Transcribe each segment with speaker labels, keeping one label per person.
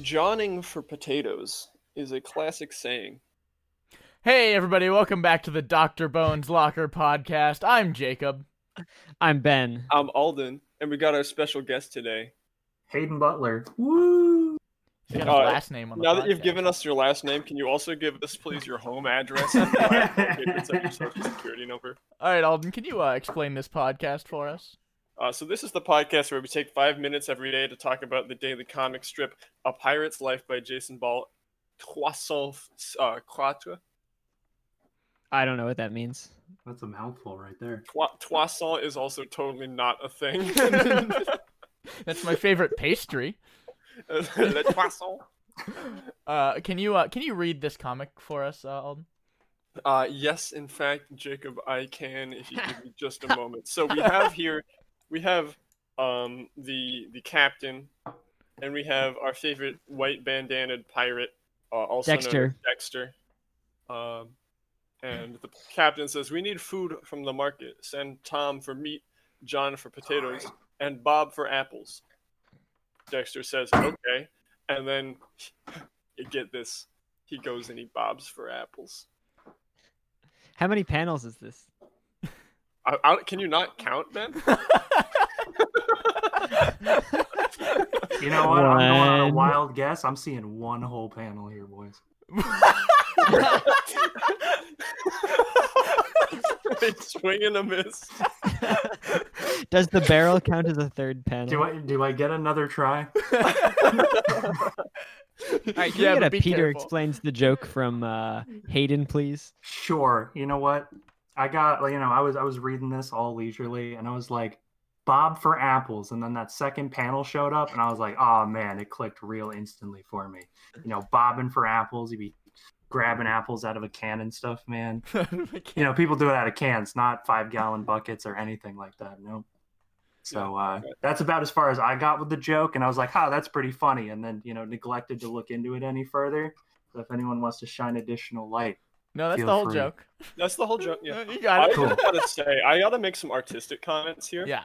Speaker 1: Johning for potatoes is a classic saying.
Speaker 2: Hey, everybody, welcome back to the Dr. Bones Locker podcast. I'm Jacob.
Speaker 3: I'm Ben.
Speaker 1: I'm Alden, and we got our special guest today.
Speaker 4: Hayden Butler. Woo!
Speaker 2: He's got his
Speaker 1: Uh,
Speaker 2: last name on the
Speaker 1: Now that you've
Speaker 2: podcast.
Speaker 1: given us your last name, can you also give us, please, your home address and your last four digits of your social security number?
Speaker 2: All right, Alden, can you uh, explain this podcast for us?
Speaker 1: Uh, so this is the podcast where we take five minutes every day to talk about the daily comic strip A Pirate's Life by Jason Ball, Croissant uh, Quatre.
Speaker 3: I don't know what that means.
Speaker 4: That's a mouthful right there.
Speaker 1: Trois- Toisson is also totally not a thing.
Speaker 2: That's my favorite pastry.
Speaker 1: Le Toisson.
Speaker 2: Uh, can you uh, can you read this comic for us, uh, Alden?
Speaker 1: Uh, yes, in fact, Jacob, I can if you give me just a moment. So we have here, we have um, the the captain, and we have our favorite white bandanaed pirate, uh, also known as
Speaker 3: Dexter.
Speaker 1: Dexter. Um, and the captain says, "We need food from the market. Send Tom for meat, John for potatoes, and Bob for apples." Dexter says, "Okay," and then you get this. He goes and he bobs for apples.
Speaker 3: How many panels is this?
Speaker 1: I, I, can you not count, Ben?
Speaker 4: You know what? I'm going on a
Speaker 3: One.
Speaker 4: wild guess. I'm seeing one whole panel here, boys.
Speaker 1: they swing and a miss.
Speaker 3: Does the barrel count as a third panel?
Speaker 4: Do I do I get another try?
Speaker 3: All right, can
Speaker 2: Yeah, but
Speaker 3: we get
Speaker 2: be
Speaker 3: a Peter
Speaker 2: careful.
Speaker 3: explains the joke from uh, Hayden, please?
Speaker 4: Sure. You know what? I got like, you know I was I was reading this all leisurely, and I was like, Bob for apples, and then that second panel showed up, and I was like, oh man, it clicked real instantly for me. You know, bobbing for apples, you'd be grabbing apples out of a can and stuff, man. You know, people do it out of cans, not five gallon buckets or anything like that. No. So uh, that's about as far as I got with the joke, and I was like, "Ha, that's pretty funny." And then, you know, neglected to look into it any further. So if anyone wants to shine additional light,
Speaker 2: no, that's
Speaker 4: Feel
Speaker 2: the whole
Speaker 4: free.
Speaker 2: joke.
Speaker 1: That's the whole joke. Yeah.
Speaker 2: No, you
Speaker 1: I
Speaker 2: got it.
Speaker 4: Cool.
Speaker 1: just gotta say, I gotta make some artistic comments here.
Speaker 2: Yeah,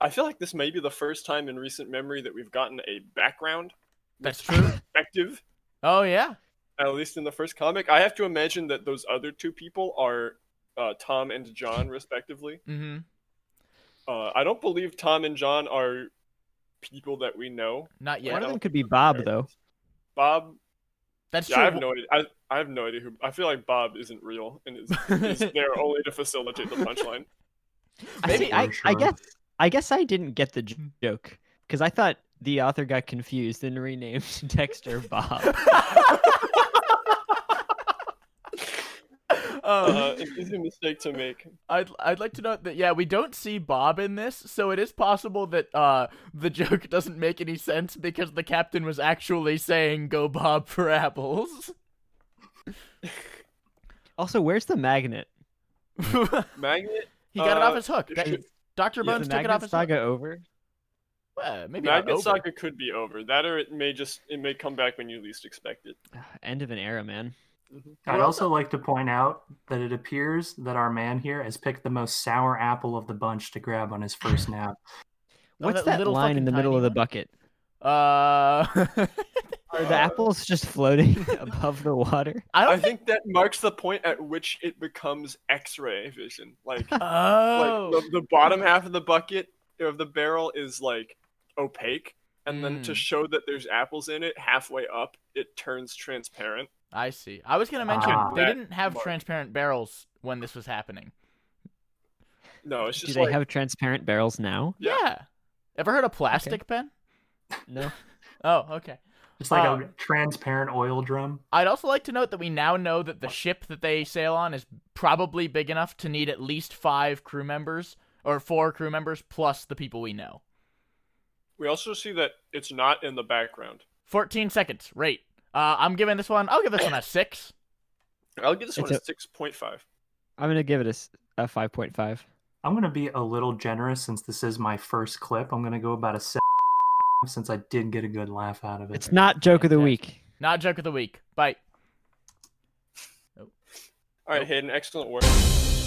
Speaker 1: I feel like this may be the first time in recent memory that we've gotten a background
Speaker 2: that's true.
Speaker 1: perspective,
Speaker 2: Oh yeah,
Speaker 1: at least in the first comic. I have to imagine that those other two people are uh, Tom and John, respectively.
Speaker 2: mm-hmm.
Speaker 1: Uh, I don't believe Tom and John are people that we know.
Speaker 2: not
Speaker 1: Why
Speaker 2: yet.
Speaker 3: One of
Speaker 1: don't-
Speaker 3: them could be Bob, though.
Speaker 1: Bob
Speaker 2: That's
Speaker 1: Yeah,
Speaker 2: true.
Speaker 1: I have no idea. I, I have no idea who. I feel like Bob isn't real and is, is there only to facilitate the punchline.
Speaker 3: I, see,
Speaker 4: Maybe-
Speaker 3: I, I
Speaker 4: Sure.
Speaker 3: guess I guess I didn't get the j- joke because I thought the author got confused and renamed Dexter Bob.
Speaker 1: Uh,
Speaker 2: Uh,
Speaker 1: an easy mistake to make.
Speaker 2: I'd I'd like to note that yeah, we don't see Bob in this, so it is possible that uh the joke doesn't make any sense because the captain was actually saying "Go Bob for apples."
Speaker 3: also, where's the magnet?
Speaker 2: he got
Speaker 1: Magnet.
Speaker 2: it
Speaker 1: Uh,
Speaker 2: off his hook.
Speaker 1: it
Speaker 2: That-
Speaker 1: should-
Speaker 2: Dr.
Speaker 1: yeah,
Speaker 2: Bones
Speaker 3: the
Speaker 2: took it
Speaker 3: magnet
Speaker 2: off his
Speaker 3: saga
Speaker 2: hook.
Speaker 3: over?
Speaker 2: Well, maybe not
Speaker 1: Magnet
Speaker 2: over.
Speaker 1: Saga could be over. That or it may just it may come back when you least expect it.
Speaker 3: Ah, End of an era, man.
Speaker 2: Mm-hmm.
Speaker 4: I'd also like to point out that it appears that our man here has picked the most sour apple of the bunch to grab on his first nap.
Speaker 2: Oh,
Speaker 3: What's
Speaker 2: that
Speaker 3: that,
Speaker 2: little
Speaker 3: line
Speaker 2: fucking
Speaker 3: in the middle
Speaker 2: tiny
Speaker 3: of the
Speaker 2: one.
Speaker 3: bucket?
Speaker 2: Uh,
Speaker 3: Are
Speaker 1: Uh,
Speaker 3: the apples just floating above the water?
Speaker 2: I
Speaker 1: I
Speaker 2: don't.
Speaker 1: think that marks the point at which it becomes X-ray vision. Like,
Speaker 2: oh,
Speaker 1: like the, the bottom half of the bucket of the barrel is like opaque, and then to
Speaker 2: Mm.
Speaker 1: show that there's apples in it, halfway up it turns transparent.
Speaker 2: I see. I was gonna mention
Speaker 4: Ah.
Speaker 2: they didn't have
Speaker 1: Mark.
Speaker 2: transparent barrels when this was happening.
Speaker 1: No, it's
Speaker 3: Do
Speaker 1: just
Speaker 3: they
Speaker 1: like
Speaker 3: have transparent barrels now?
Speaker 1: Yeah.
Speaker 2: Yeah. Ever heard of plastic pen?
Speaker 3: No.
Speaker 2: Oh, okay.
Speaker 4: It's like
Speaker 2: Uh,
Speaker 4: a transparent oil drum.
Speaker 2: I'd also like to note that we now know that the ship that they sail on is probably big enough to need at least five crew members or four crew members plus the people we know.
Speaker 1: We also see that it's not in the background.
Speaker 2: 14 seconds, rate. Uh, I'm giving this one, I'll give this one a six.
Speaker 1: I'll give this
Speaker 3: It's
Speaker 1: one a,
Speaker 3: a-
Speaker 1: 6.5.
Speaker 3: I'm gonna give it a s- a, five point five.
Speaker 4: I'm gonna be a little generous since this is my first clip. I'm gonna go about a seven since I did get a good laugh out of it.
Speaker 3: It's not joke of the
Speaker 2: Fantastic.
Speaker 3: week.
Speaker 2: Not joke of the week. Bye.
Speaker 1: All right, Hayden, excellent work.